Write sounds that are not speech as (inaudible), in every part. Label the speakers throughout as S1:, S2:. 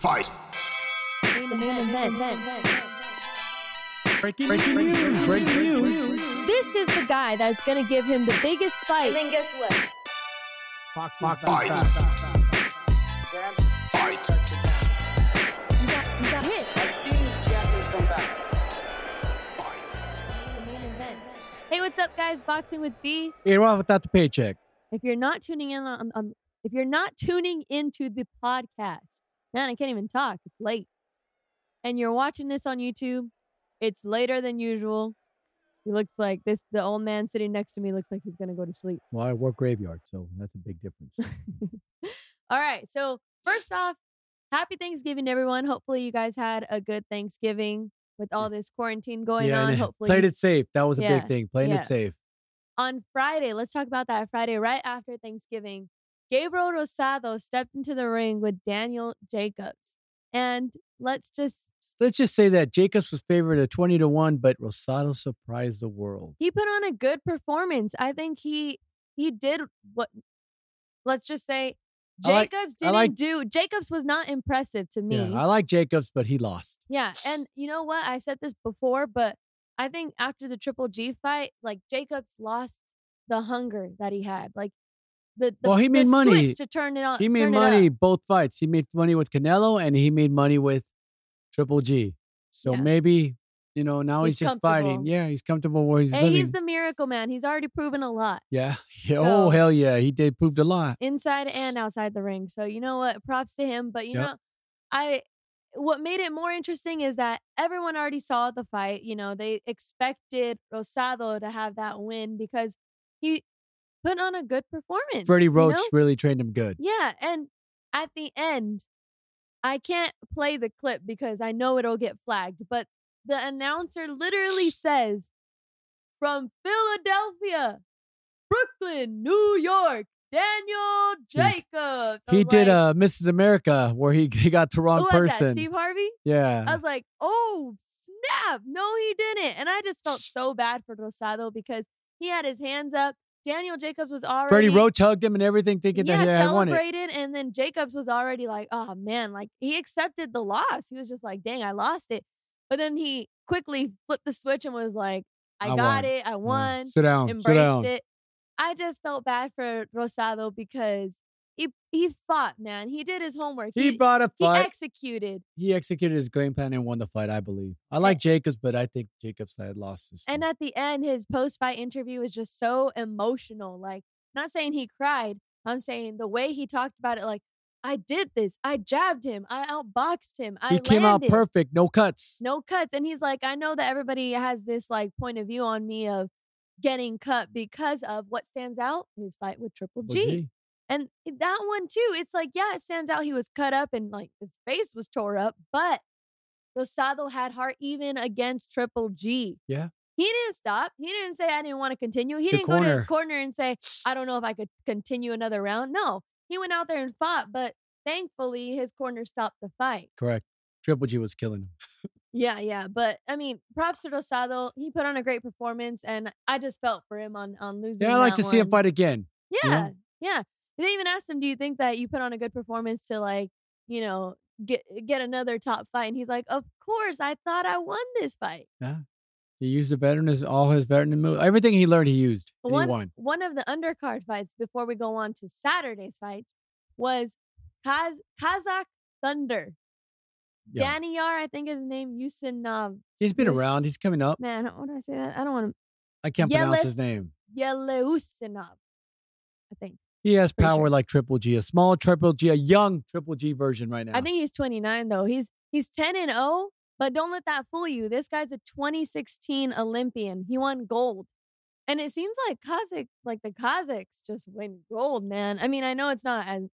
S1: Fight!
S2: Breaking, breaking news! Breaking news!
S3: This is the guy that's gonna give him the biggest
S4: And
S3: fight.
S4: then guess what?
S2: Fox is
S1: Fox
S2: back.
S1: Fight!
S5: Sam,
S1: Fight!
S3: He got, he got hit.
S5: I've seen Japanese come back.
S3: Hey, what's up, guys? Boxing with B.
S2: Era without the paycheck.
S3: If you're not tuning in on, on if you're not tuning into the podcast, man, I can't even talk. It's late, and you're watching this on YouTube. It's later than usual. He looks like this. The old man sitting next to me looks like he's gonna go to sleep.
S2: Well, I work graveyard, so that's a big difference.
S3: All right. So first off, happy Thanksgiving, to everyone. Hopefully, you guys had a good Thanksgiving with all this quarantine (laughs) going
S2: yeah,
S3: on.
S2: and
S3: Hopefully,
S2: played
S3: you
S2: it safe. That was a
S3: Yeah,
S2: big thing. Playing
S3: yeah.
S2: it safe.
S3: on Friday, let's talk about that Friday right after Thanksgiving. Gabriel Rosado stepped into the ring with Daniel Jacobs. And let's just,
S2: Let's just say that Jacobs was favored at twenty to one, but Rosado surprised the world.
S3: he put on a good performance. I think he he did what let's just say
S2: I like-
S3: Jacobs
S2: I
S3: didn't
S2: like-
S3: do Jacobs was not impressive to me.
S2: Yeah, I like Jacobs, but he lost.
S3: Yeah, and you know what? I said this before, but I think after the Triple G fight, like Jacobs lost the hunger that he had. Like the, the
S2: Well, he
S3: the
S2: made money.
S3: switch to turn it on.
S2: He made
S3: Uh, turn it up.
S2: money both fights. He made money with Canelo and he made money with Triple G. So
S3: Yeah.
S2: maybe, you know, now he's,
S3: He's
S2: just fighting.
S3: comfortable.
S2: Yeah, he's comfortable where he's
S3: Hey,
S2: living.
S3: he's the miracle man. He's already proven a lot
S2: yeah. (laughs) yeah. oh,
S3: So-
S2: hell yeah. He did proved a lot.
S3: inside and outside the ring. So you know what? Props to him. But you
S2: Yep.
S3: know, I what made it more interesting is that everyone already saw the fight. You know, they expected Rosado to have that win because he put on a good performance.
S2: Freddie
S3: you
S2: Roach
S3: know?
S2: really trained him good.
S3: Yeah, and at the end, I can't play the clip because I know it'll get flagged, but the announcer literally says from Philadelphia, Brooklyn, New York, Daniel
S2: Yeah.
S3: Jacobs. I
S2: Hmm. He
S3: was
S2: did
S3: like,
S2: uh, Mrs. America where he, (laughs) he got the wrong
S3: who was that?
S2: person.
S3: Steve Harvey?
S2: Yeah.
S3: I was like, oh snap! No, he didn't. And I just felt so bad for Rosado because he had his hands up. Daniel Jacobs was already
S2: Freddie Roach hugged him and everything, thinking
S3: yeah,
S2: that he had won it.
S3: celebrated, and then Jacobs was already like, "Oh man!" Like he accepted the loss. He was just like, "Dang, I lost it," but then he quickly flipped the switch and was like, "I,
S2: I
S3: got
S2: won.
S3: it. I
S2: Oh,
S3: won."
S2: Sit down. Sit
S3: Embraced
S2: down.
S3: it. I just felt bad for Rosado because he he fought, man. He did his homework.
S2: He brought a
S3: he
S2: fight.
S3: executed,
S2: he executed his game plan and won the fight, I believe. I like Jacobs, but I think Jacobs had lost this.
S3: and
S2: one.
S3: at the end, his post fight interview was just so emotional. Like, not saying he cried. I'm saying the way he talked about it, like. I did this. I jabbed him. I outboxed him. I
S2: he came out
S3: landed."
S2: perfect, no cuts.
S3: no cuts. And he's like, I know that everybody has this like point of view on me of getting cut because of what stands out his fight with Triple
S2: Was
S3: G.
S2: he?
S3: And that one too, it's like, yeah, it stands out. He was cut up and like his face was tore up, but Rosado had heart even against Triple G.
S2: Yeah.
S3: He didn't stop. He didn't say I didn't want to continue. He
S2: The
S3: didn't go to his
S2: corner.
S3: corner and say, I don't know if I could continue another round. No. He went out there and fought, but thankfully his corner stopped the fight.
S2: Correct. Triple G was killing him.
S3: Yeah, yeah, but I mean, props to Rosado. He put on a great performance, and I just felt for him on on losing.
S2: Yeah, I like
S3: that
S2: to see him
S3: one.
S2: fight again.
S3: Yeah,
S2: know?
S3: yeah. They even asked him, "Do you think that you put on a good performance to like, you know, get get another top fight?" And he's like, "Of course, I thought I won this fight."
S2: He used the veteran, his- all his veteran moves. Everything he learned, he used. And
S3: one
S2: he won.
S3: one of the undercard fights before we go on to Saturday's fights was Kaz Kazakh Thunder.
S2: Yeah.
S3: Danny Yar, I think his name Yusinov.
S2: He's been around.
S3: Yus-
S2: He's coming up.
S3: Man, how do I say that? I don't want to
S2: I can't pronounce
S3: Yelis-
S2: his name.
S3: Yeleusinov, I think.
S2: He has
S3: Pretty sure.
S2: power like Triple G, a small Triple G, a young Triple G version right now.
S3: I think he's 29 though. He's he's 10 and 0, but don't let that fool you. This guy's a 2016 Olympian. He won gold. And it seems like Kazakh like the Kazakhs just win gold, man. I mean, I know it's not as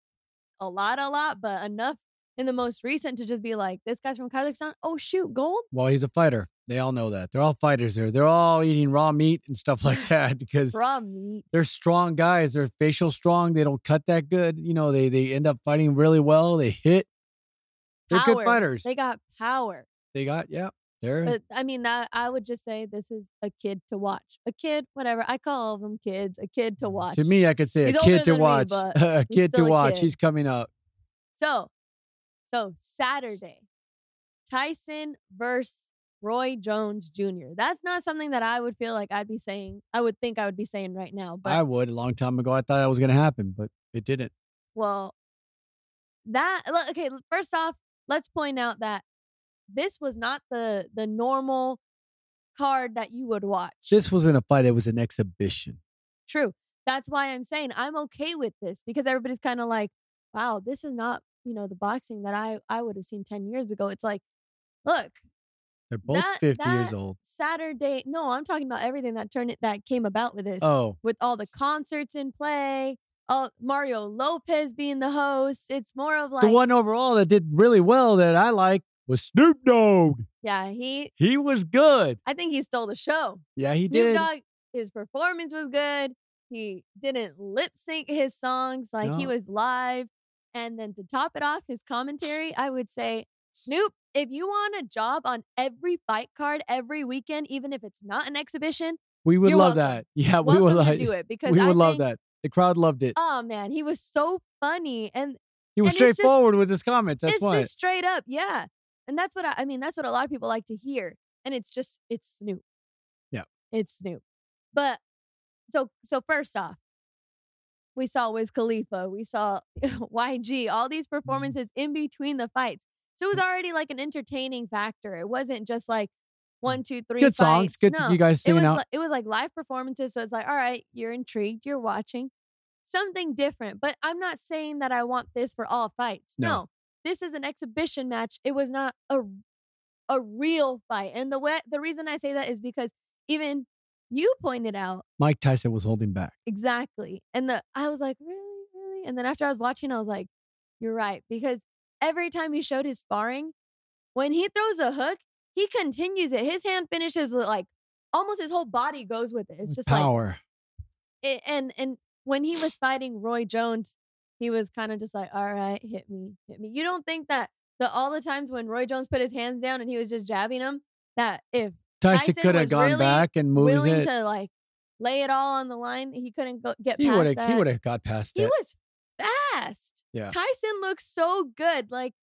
S3: a lot a lot, but enough in the most recent to just be like, this guy's from Kazakhstan. Oh shoot, gold?
S2: Well, he's a fighter. They all know that. They're all fighters there. They're all eating raw meat and
S3: (laughs)
S2: stuff like that because
S3: From me.
S2: they're strong guys. They're facial strong. They don't cut that good. You know, they they end up fighting really well. They hit. They're
S3: power.
S2: good fighters.
S3: They Uh, got power.
S2: They got yeah. They're
S3: But I mean, that I would just say this is a kid to watch. A kid, whatever. I call them kids. A kid to watch.
S2: to me. I could say
S3: He's
S2: a
S3: older
S2: kid to
S3: than me,
S2: watch.
S3: but
S2: (laughs) a
S3: he's
S2: kid to
S3: still a
S2: watch.
S3: kid.
S2: He's coming up.
S3: So So Saturday, Tyson versus Roy Jones Jr. That's not something that I would feel like I'd be saying. I would think I would be saying right now, but
S2: I would a long time ago. I thought that was going to happen, but it didn't.
S3: well, that look, okay. l- First off, let's point out that this was not the the normal card that you would watch.
S2: This wasn't a fight. It was an exhibition.
S3: True. That's why I'm saying I'm okay with this because everybody's kind of like, wow, this is not, you know, the boxing that I, I would have seen 10 years ago. It's like, look,
S2: They're both
S3: That-
S2: 50 years
S3: that-
S2: old.
S3: Saturday. No, I'm talking about everything that turned it, that came about with this,
S2: Oh,
S3: with all the concerts in play, all Mario Lopez being the host. It's more of like,
S2: the one overall that did really well that I like was Snoop Dogg.
S3: yeah, he,
S2: He was good.
S3: I think he stole the show.
S2: Yeah, he
S3: Snoop
S2: did.
S3: Dogg, his performance was good. He didn't lip sync his songs like he
S2: No.
S3: was live. And then to top it off, his commentary, I would say, Snoop, if you want a job on every fight card every weekend, even if it's not an exhibition,
S2: we would
S3: You're
S2: love
S3: welcome.
S2: that. (laughs) Yeah, Uh, we
S3: welcome
S2: would
S3: to
S2: like.
S3: do
S2: (laughs)
S3: it because
S2: We
S3: I
S2: would love
S3: think,
S2: that. The crowd loved it.
S3: Oh man, he was so funny and
S2: he
S3: Oh, and
S2: was
S3: it's just-
S2: straightforward with his comments. That's
S3: it's
S2: why.
S3: just straight up, yeah. And that's what I, I mean. That's what a lot of people like to hear. And it's just it's Snoop.
S2: Yeah.
S3: it's Snoop. But so so first off, we saw Wiz Khalifa, we saw (laughs) YG, all these
S2: Mm-hmm.
S3: performances in between the fights. So it was already like an entertaining factor. It wasn't just like one, two, three.
S2: good songs.
S3: fights.
S2: Good
S3: No,
S2: you guys
S3: it was
S2: singing out.
S3: li- it was like live performances so it's like all right you're intrigued you're watching something different but i'm not saying that i want this for all fights
S2: No.
S3: this is an exhibition match it was not a a real fight and the way the reason i say that is because even you pointed out
S2: Mike Tyson was holding back.
S3: exactly and the i was like really really and then after i was watching i was like you're right because every time he showed his sparring when he throws a hook he continues it his hand finishes like almost his whole body goes with it it's
S2: with
S3: just like
S2: power.
S3: it, and and when he was fighting Roy Jones, he was kind of just like, "All right, hit me, hit me." You don't think that the all the times when Roy Jones put his hands down and he was just jabbing him, that if
S2: Tyson,
S3: Tyson
S2: could
S3: was
S2: have gone
S3: really
S2: back and moved
S3: willing
S2: it.
S3: to like lay it all on the line, he couldn't go, get
S2: He
S3: past
S2: would have. He
S3: that.
S2: would have got past
S3: He
S2: it.
S3: was fast.
S2: Yeah.
S3: Tyson looks so good. Like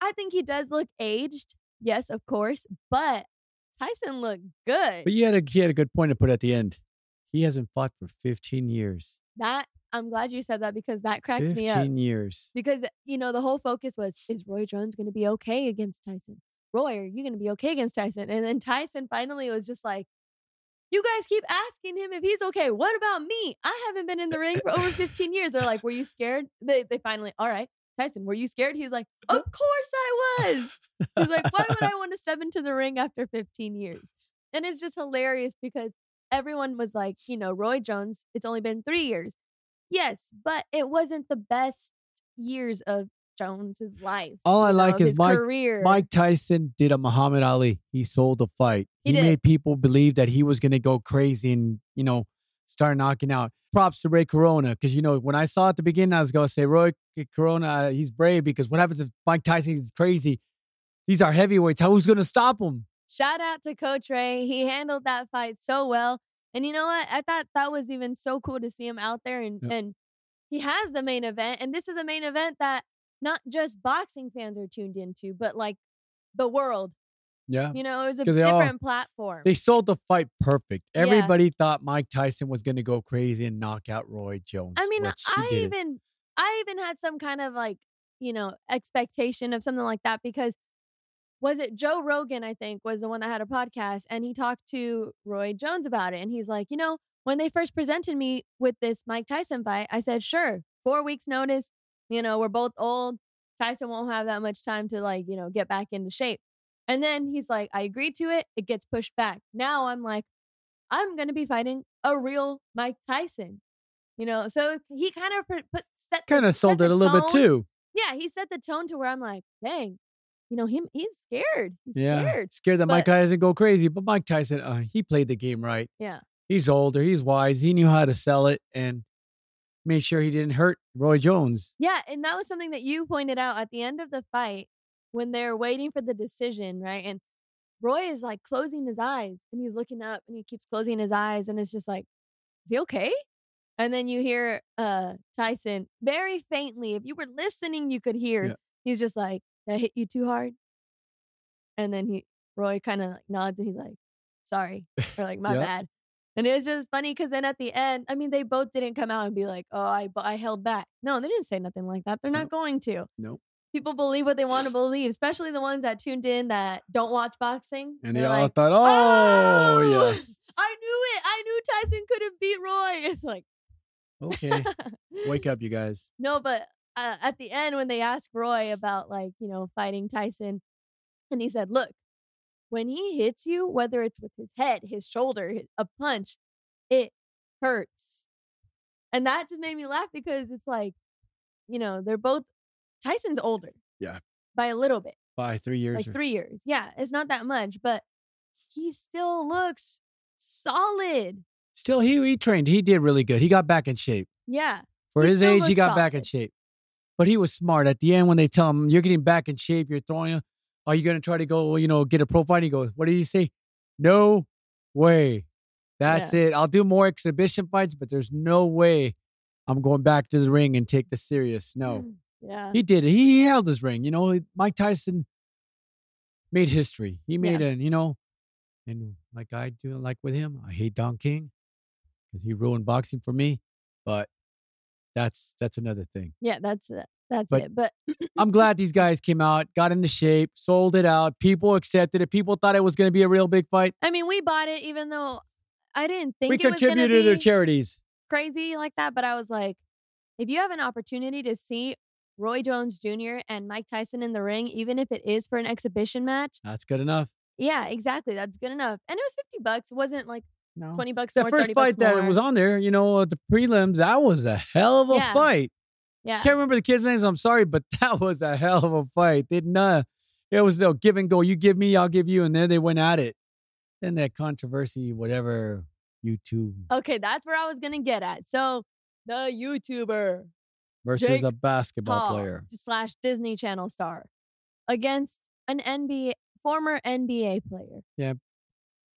S3: I think he does look aged. Yes, of course, but Tyson looked good.
S2: But you had a he had a good point to put at the end. He hasn't fought for 15 years.
S3: that I'm glad you said that because that cracked me up.
S2: 15 years.
S3: because you know the whole focus was is Roy Jones going to be okay against Tyson? Roy, are you going to be okay against Tyson? And then Tyson finally was just like, "You guys keep asking him if he's okay. What about me? I haven't been in the ring for over 15 years." They're like, "Were you scared?" They they finally, "All right, Tyson, were you scared?" He's like, "Of course I was." He's like, "Why would I want to step into the ring after 15 years?" And it's just hilarious because everyone was like, you know, Roy Jones, it's only been 3 years. Yes, but it wasn't the best years of Jones's life.
S2: All I
S3: you know,
S2: like
S3: of
S2: is
S3: his
S2: Mike.
S3: career.
S2: Mike Tyson did a Muhammad Ali. He sold the fight.
S3: He
S2: He,
S3: did.
S2: made people believe that he was going to go crazy and you know start knocking out. Props to Ray Corona because you know when I saw at the beginning, I was going to say Roy Corona. uh, He's brave because what happens if Mike Tyson is crazy? These are heavyweights. Who's going to stop him?
S3: Shout out to Coach Ray. He handled that fight so well. And you know what? I thought that was even so cool to see him out there and
S2: Yep.
S3: and he has the main event. And this is a main event that not just boxing fans are tuned into, but like the world.
S2: Yeah.
S3: You know, it was a
S2: 'Cause they all-
S3: different platform.
S2: They sold the fight perfect.
S3: Yeah.
S2: Everybody thought Mike Tyson was going to go crazy and knock out Roy Jones.
S3: I mean,
S2: which he
S3: I
S2: didn't.
S3: even I even had some kind of like, you know, expectation of something like that because was it Joe Rogan, I think, was the one that had a podcast and he talked to Roy Jones about it and he's like, "You know, when they first presented me with this Mike Tyson fight, I said, "Sure, 4 weeks notice. You know, we're both old. Tyson won't have that much time to like, you know, get back into shape." And then he's like, "I agreed to it. It gets pushed back." Now I'm like, I'm going to be fighting a real Mike Tyson. You know, so he kind of put, put set the-
S2: kind of
S3: set
S2: sold
S3: the
S2: it a little bit
S3: tone.
S2: too.
S3: Yeah, he set the tone to where I'm like, dang, you know him. He's scared. He's
S2: Yeah,
S3: scared.
S2: scared that Mike
S3: But-
S2: Tyson go crazy, but Mike Tyson, uh, he played the game right.
S3: Yeah.
S2: He's older, he's wise, he knew how to sell it and made sure he didn't hurt Roy Jones.
S3: Yeah, and that was something that you pointed out at the end of the fight when they're waiting for the decision, right? And Roy is like closing his eyes and he's looking up and he keeps closing his eyes and it's just like, is he okay? And then you hear uh Tyson very faintly, if you were listening, you could hear
S2: Yeah.
S3: he's just like, Did I hit you too hard? And then he Roy kind of like nods and he's like, sorry. Or like, my
S2: (laughs) Yep.
S3: bad. And it was just funny because then at the end, I mean, they both didn't come out and be like, oh, I, but I held back. No, they didn't say nothing like that. They're not going to.
S2: Nope.
S3: People believe what they want to believe, especially the ones that tuned in that don't watch boxing.
S2: And they
S3: They're
S2: all
S3: like,
S2: thought,
S3: "Oh!"
S2: oh, yes. (laughs)
S3: I knew it. I knew Tyson couldn't beat Roy. (laughs) It's like,
S2: Okay. Wake up, you guys.
S3: No, but uh, at the end, when they asked Roy about like you know fighting Tyson, and he said, "Look, when he hits you, whether it's with his head, his shoulder, his, a punch, it hurts," and that just made me laugh because it's like, you know, they're both Tyson's older,
S2: Yeah.
S3: by a little bit,
S2: By three years.
S3: like
S2: or-
S3: three years. Yeah, it's not that much, but he still looks solid.
S2: Still, he, he trained. He did really good. He got back in shape.
S3: Yeah,
S2: For
S3: He
S2: his
S3: still
S2: age, he
S3: looks
S2: got back in
S3: solid.
S2: shape. But he was smart. At the end, when they tell him, you're getting back in shape, you're throwing, are you going to try to go, you know, get a pro fight? He goes, what did he say? No way. That's it. I'll do more exhibition fights, but there's no way I'm going back to the ring and take this serious. No.
S3: Mm, yeah,
S2: He did it. He held his ring. You know, Mike Tyson made history. He made an, you know, and like I do, like with him, I hate Don King because he ruined boxing for me. But that's that's another thing.
S3: yeah. That's it. That's
S2: But-
S3: it. But
S2: I'm glad these guys came out, got into shape, sold it out. People accepted it. People thought it was going to be a real big fight.
S3: I mean, we bought it even though I didn't think
S2: We
S3: it was going
S2: contributed
S3: to
S2: to their
S3: be
S2: charities.
S3: crazy like that. But I was like, if you have an opportunity to see Roy Jones Jr. and Mike Tyson in the ring, even if it is for an exhibition match,
S2: That's good enough.
S3: yeah, exactly, that's good enough. And it was fifty bucks. It wasn't like
S2: No.
S3: twenty bucks.
S2: The
S3: more,
S2: first
S3: 30 bucks
S2: fight that
S3: more.
S2: was on there, you know, at the prelims, that was a hell of a
S3: Yeah.
S2: fight.
S3: Yeah,
S2: Can't remember the kids' names. I'm sorry, but (laughs) that was a hell of a fight. They didn't. Uh, it was no give and go. You give me, I'll give you, and then they went at it. Then that controversy, whatever YouTube
S3: okay, that's where I was gonna get at. So the YouTuber
S2: versus
S3: Jake
S2: a basketball
S3: Paul
S2: player.
S3: slash Disney Channel star against an NBA former NBA player.
S2: Yeah.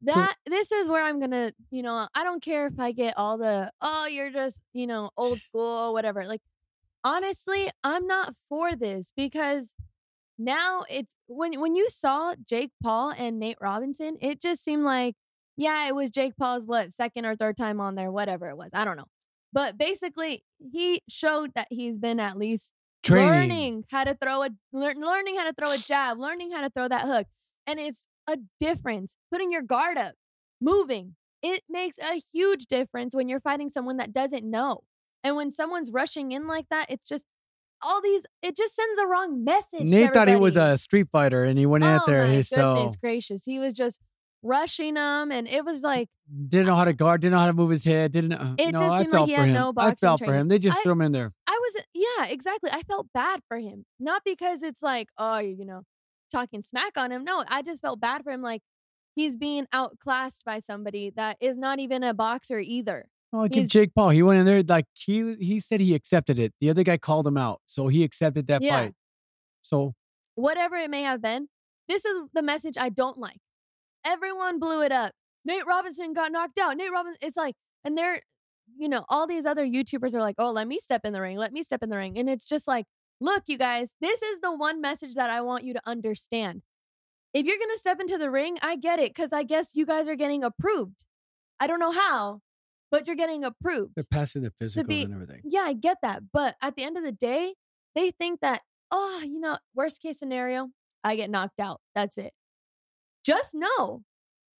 S3: That this is where I'm gonna, you know, I don't care if I get all the oh you're just you know old school whatever. Like honestly, I'm not for this because now it's when when you saw Jake Paul and Nate Robinson, it just seemed like yeah, it was Jake Paul's what second or third time on there, whatever it was. I don't know. But basically, he showed that he's been at least
S2: Training.
S3: learning how to throw a lear- learning how to throw a jab, learning how to throw that hook, and it's a difference. Putting your guard up, moving, it makes a huge difference when you're fighting someone that doesn't know, and when someone's rushing in like that, it's just all these. It just sends a wrong message. to
S2: Nate thought he was
S3: everybody.
S2: a street fighter, and he went out
S3: oh
S2: there.
S3: My
S2: He
S3: goodness
S2: so
S3: gracious, he was just rushing them, and it was like
S2: didn't know how to guard, didn't know how to move his head, didn't. Uh,
S3: It
S2: no,
S3: just
S2: I
S3: seemed like
S2: felt
S3: he
S2: for
S3: had
S2: him.
S3: no
S2: I
S3: boxing
S2: felt for
S3: training.
S2: him. They just
S3: I-
S2: threw him in there.
S3: I was, uh, yeah, exactly. I felt bad for him. Not because it's like, oh, you know, talking smack on him. No, I just felt bad for him. Like, he's being outclassed by somebody that is not even a boxer either.
S2: Oh, like in
S3: He's-
S2: Jake Paul, he went in there like he he said he accepted it. The other guy called him out, so he accepted that
S3: Yeah.
S2: fight. So
S3: Whatever it may have been, this is the message I don't like. Everyone blew it up. Nate Robinson got knocked out. Nate Robinson, it's like, and they're, you know, all these other YouTubers are like, oh, let me step in the ring. Let me step in the ring. And it's just like, look, you guys, this is the one message that I want you to understand. If you're going to step into the ring, I get it because I guess you guys are getting approved. I don't know how, but you're getting approved.
S2: they're passing the physicals
S3: be-
S2: and everything.
S3: Yeah, I get that. But at the end of the day, they think that, oh, you know, worst case scenario, I get knocked out. That's it. Just know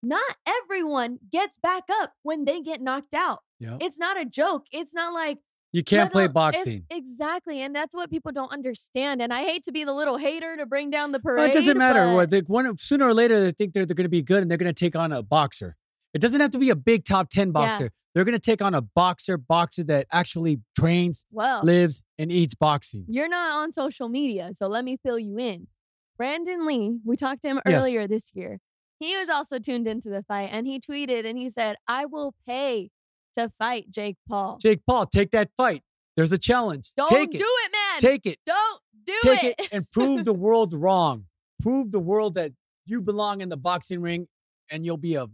S3: not everyone gets back up when they get knocked out.
S2: Yeah.
S3: It's not a joke. It's not like
S2: You can't play
S3: little- it's-
S2: boxing.
S3: Exactly. And that's what people don't understand. And I hate to be the little hater to bring down the
S2: Well,
S3: parade.
S2: it doesn't matter.
S3: but-
S2: What they, one sooner or later they think they're, they're going to be good and they're going to take on a boxer. It doesn't have to be a big top ten boxer. They're going to take on a boxer, boxer that actually trains,
S3: Well,
S2: lives, and eats boxing.
S3: You're not on social media, so let me fill you in. Brandon Lee, we talked to him
S2: Yes.
S3: earlier this year. He was also tuned into the fight and he tweeted and he said, I will pay to fight Jake Paul.
S2: Jake Paul, take that fight. There's a challenge.
S3: Don't
S2: take
S3: do
S2: it.
S3: it, man.
S2: Take it.
S3: Don't do
S2: take
S3: it.
S2: it.
S3: (laughs)
S2: and prove the world wrong. Prove the world that you belong in the boxing ring and you'll be a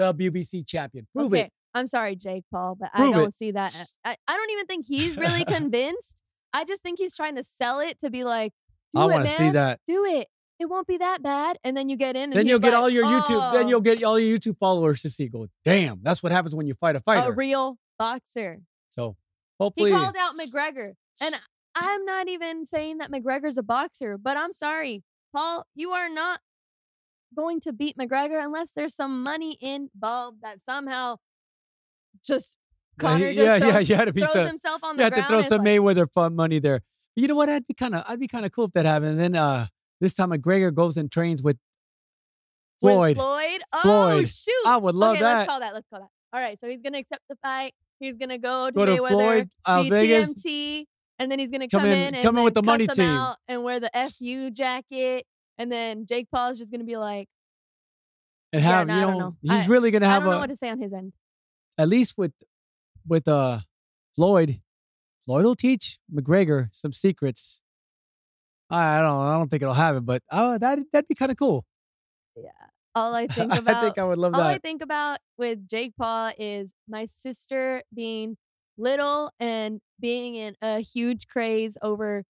S2: WBC champion. Prove
S3: okay.
S2: it.
S3: I'm sorry, Jake Paul, but I
S2: Prove
S3: don't see that.
S2: (laughs)
S3: I, I don't even think he's really convinced. I just think he's trying to sell it to be like, Do
S2: I
S3: it,
S2: want to
S3: man.
S2: see that.
S3: Do it. It won't be that bad. And then you get in. And
S2: Then
S3: he's
S2: you'll get
S3: like,
S2: all your YouTube. Then
S3: "Oh,
S2: you'll get all your YouTube followers to see. Go, damn, that's what happens when you fight a
S3: a
S2: fighter.
S3: real boxer.
S2: so
S3: Oh, He
S2: hopefully,
S3: called out McGregor, and I'm not even saying that McGregor's a boxer, but I'm sorry, Paul, you are not going to beat McGregor unless there's some money involved that somehow just
S2: yeah,
S3: Connor
S2: he-
S3: just
S2: yeah,
S3: throws,
S2: yeah, (laughs) you had to be
S3: throws
S2: some,
S3: himself on
S2: you
S3: the
S2: had
S3: ground.
S2: to throw
S3: It's
S2: some
S3: like,
S2: Mayweather fun money there. But you know what? I'd be kind of, I'd be kind of cool if that happened. And then uh, this time McGregor goes and trains with
S3: with
S2: Floyd.
S3: Floyd. Oh
S2: Floyd.
S3: shoot!
S2: I would love
S3: okay, let's
S2: that.
S3: call that. Let's call that. All right, so he's gonna accept the fight. He's gonna go to
S2: Go to
S3: Mayweather.
S2: Floyd, uh,
S3: be
S2: Vegas.
S3: TMT, and then he's gonna come,
S2: Come
S3: in,
S2: in-
S3: and
S2: come in with
S3: then
S2: the money
S3: cuss 'em
S2: team.
S3: out and wear the fu jacket, and then Jake Paul's just gonna be like,
S2: and
S3: Yeah,
S2: have
S3: no, I
S2: you
S3: don't
S2: know,
S3: know.
S2: he's really gonna
S3: I
S2: have
S3: don't know
S2: a
S3: what to say on his end.
S2: at least with with uh Floyd. Floyd will teach McGregor some secrets. I I don't I don't think it'll happen, but uh, that that'd be kind of cool. (laughs)
S3: All I think about,
S2: I think I would love
S3: all I
S2: that.
S3: think about with Jake Paul is my sister being little and being in a huge craze over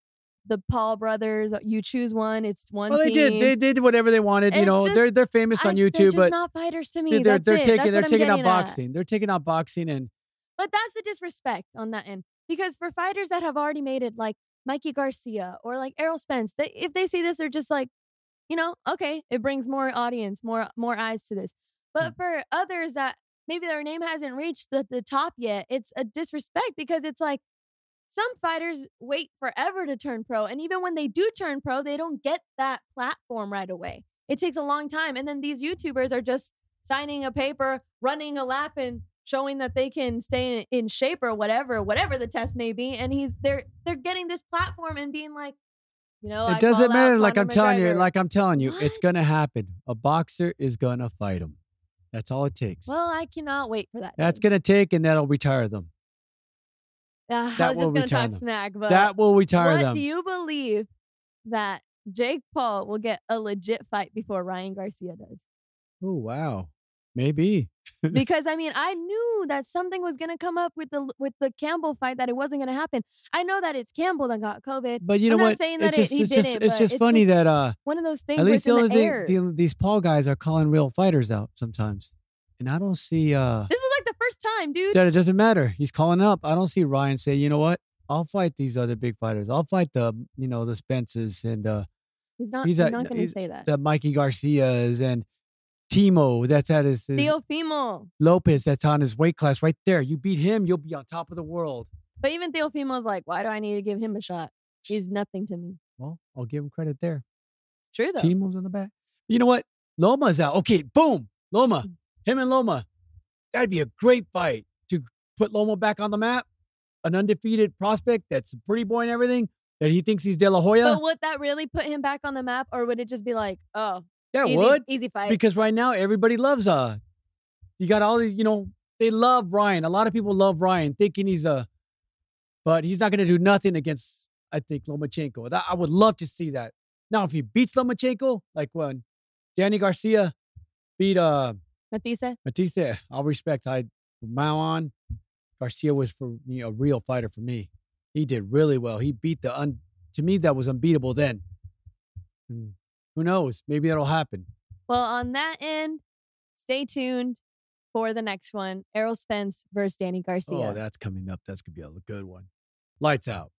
S3: the Paul brothers. uh, You choose one, it's one.
S2: well, they
S3: team.
S2: did they did whatever they wanted. you
S3: It's
S2: know,
S3: just-
S2: they're they're famous
S3: I-
S2: on
S3: They're
S2: YouTube,
S3: just
S2: but
S3: not fighters to me.
S2: they- they're
S3: That's
S2: they're
S3: it.
S2: taking
S3: That's
S2: they're
S3: what I'm
S2: taking out
S3: getting at.
S2: boxing. They're taking out boxing, and
S3: But that's the disrespect on that end because for fighters that have already made it, like Mikey Garcia or like Errol Spence, they, if they see this, they're just like, you know, okay, it brings more audience, more more eyes to this. But
S2: Hmm.
S3: for others that maybe their name hasn't reached the, the top yet, it's a disrespect because it's like some fighters wait forever to turn pro, and even when they do turn pro, they don't get that platform right away. It takes a long time, and then these YouTubers are just signing a paper, running a lap, and showing that they can stay in, in shape or whatever, whatever the test may be. And he's they're they're getting this platform and being like, you know, Oh, I
S2: it doesn't
S3: call out
S2: matter. Like I'm
S3: Conor
S2: telling you,
S3: McGregor.
S2: like I'm telling you, it's gonna
S3: What?
S2: happen. A boxer is gonna fight him. That's all it takes.
S3: well, I cannot wait for that.
S2: That's
S3: then.
S2: gonna take, and that'll retire them.
S3: Ah, (laughs) I
S2: that
S3: was
S2: will
S3: just gonna talk
S2: return them.
S3: smack, but
S2: that will retire
S3: what
S2: them.
S3: do you believe that Jake Paul will get a legit fight before Ryan Garcia does?
S2: (laughs) Oh wow, maybe.
S3: because I mean, I knew that something was gonna come up with the with the Campbell fight that it wasn't gonna happen. I know that it's Campbell that got COVID.
S2: But you
S3: I'm
S2: know
S3: not
S2: what?
S3: saying
S2: it's
S3: that it-
S2: just
S3: he
S2: it's
S3: did
S2: just
S3: it,
S2: it's
S3: but
S2: just
S3: it's
S2: funny
S3: just
S2: that uh
S3: One of those things.
S2: at
S3: where
S2: least
S3: it's in
S2: only
S3: the
S2: thing-
S3: air.
S2: the- these Paul guys are calling real fighters out sometimes, and I don't see
S3: (laughs)
S2: uh
S3: This was like the first time, dude.
S2: that it doesn't matter. He's calling up. I don't see Ryan say, you know what? I'll fight these other big fighters. I'll fight the um, you know the Spences and uh
S3: He's not.
S2: he's
S3: He's,
S2: a-
S3: not going to
S2: he's-
S3: say that.
S2: the Mikey Garcias and Timo. That's at his, his-
S3: Theo Fimo.
S2: Lopez. That's on his weight class right there. You beat him, you'll be on top of the world.
S3: But even Theo Fimo's like, why do I need to give him a shot? He's nothing to me.
S2: Well, I'll give him credit there.
S3: True though.
S2: Timo's on the back. You know what? Loma's out. Okay, boom. Loma. Him and Loma. That'd be a great fight to put Loma back on the map. An undefeated prospect that's a pretty boy and everything that he thinks he's De La Hoya.
S3: But would that really put him back on the map, or would it just be like, oh,
S2: that
S3: easy,
S2: would.
S3: easy fight?
S2: Because right now everybody loves uh you got all these, you know, they love Ryan. A lot of people love Ryan thinking he's a but he's not gonna do nothing against I think Lomachenko. That, I would love to see that. Now if he beats Lomachenko, like when Danny Garcia beat uh
S3: Matisse,
S2: Matisse, I'll respect I from now on, Garcia was for me a real fighter for me. He did really well. He beat the un to me that was unbeatable then. And who knows? Maybe that'll happen.
S3: Well, on that end, stay tuned for the next one: Errol Spence versus Danny Garcia.
S2: Oh, that's coming up. That's gonna be a good one. Lights out.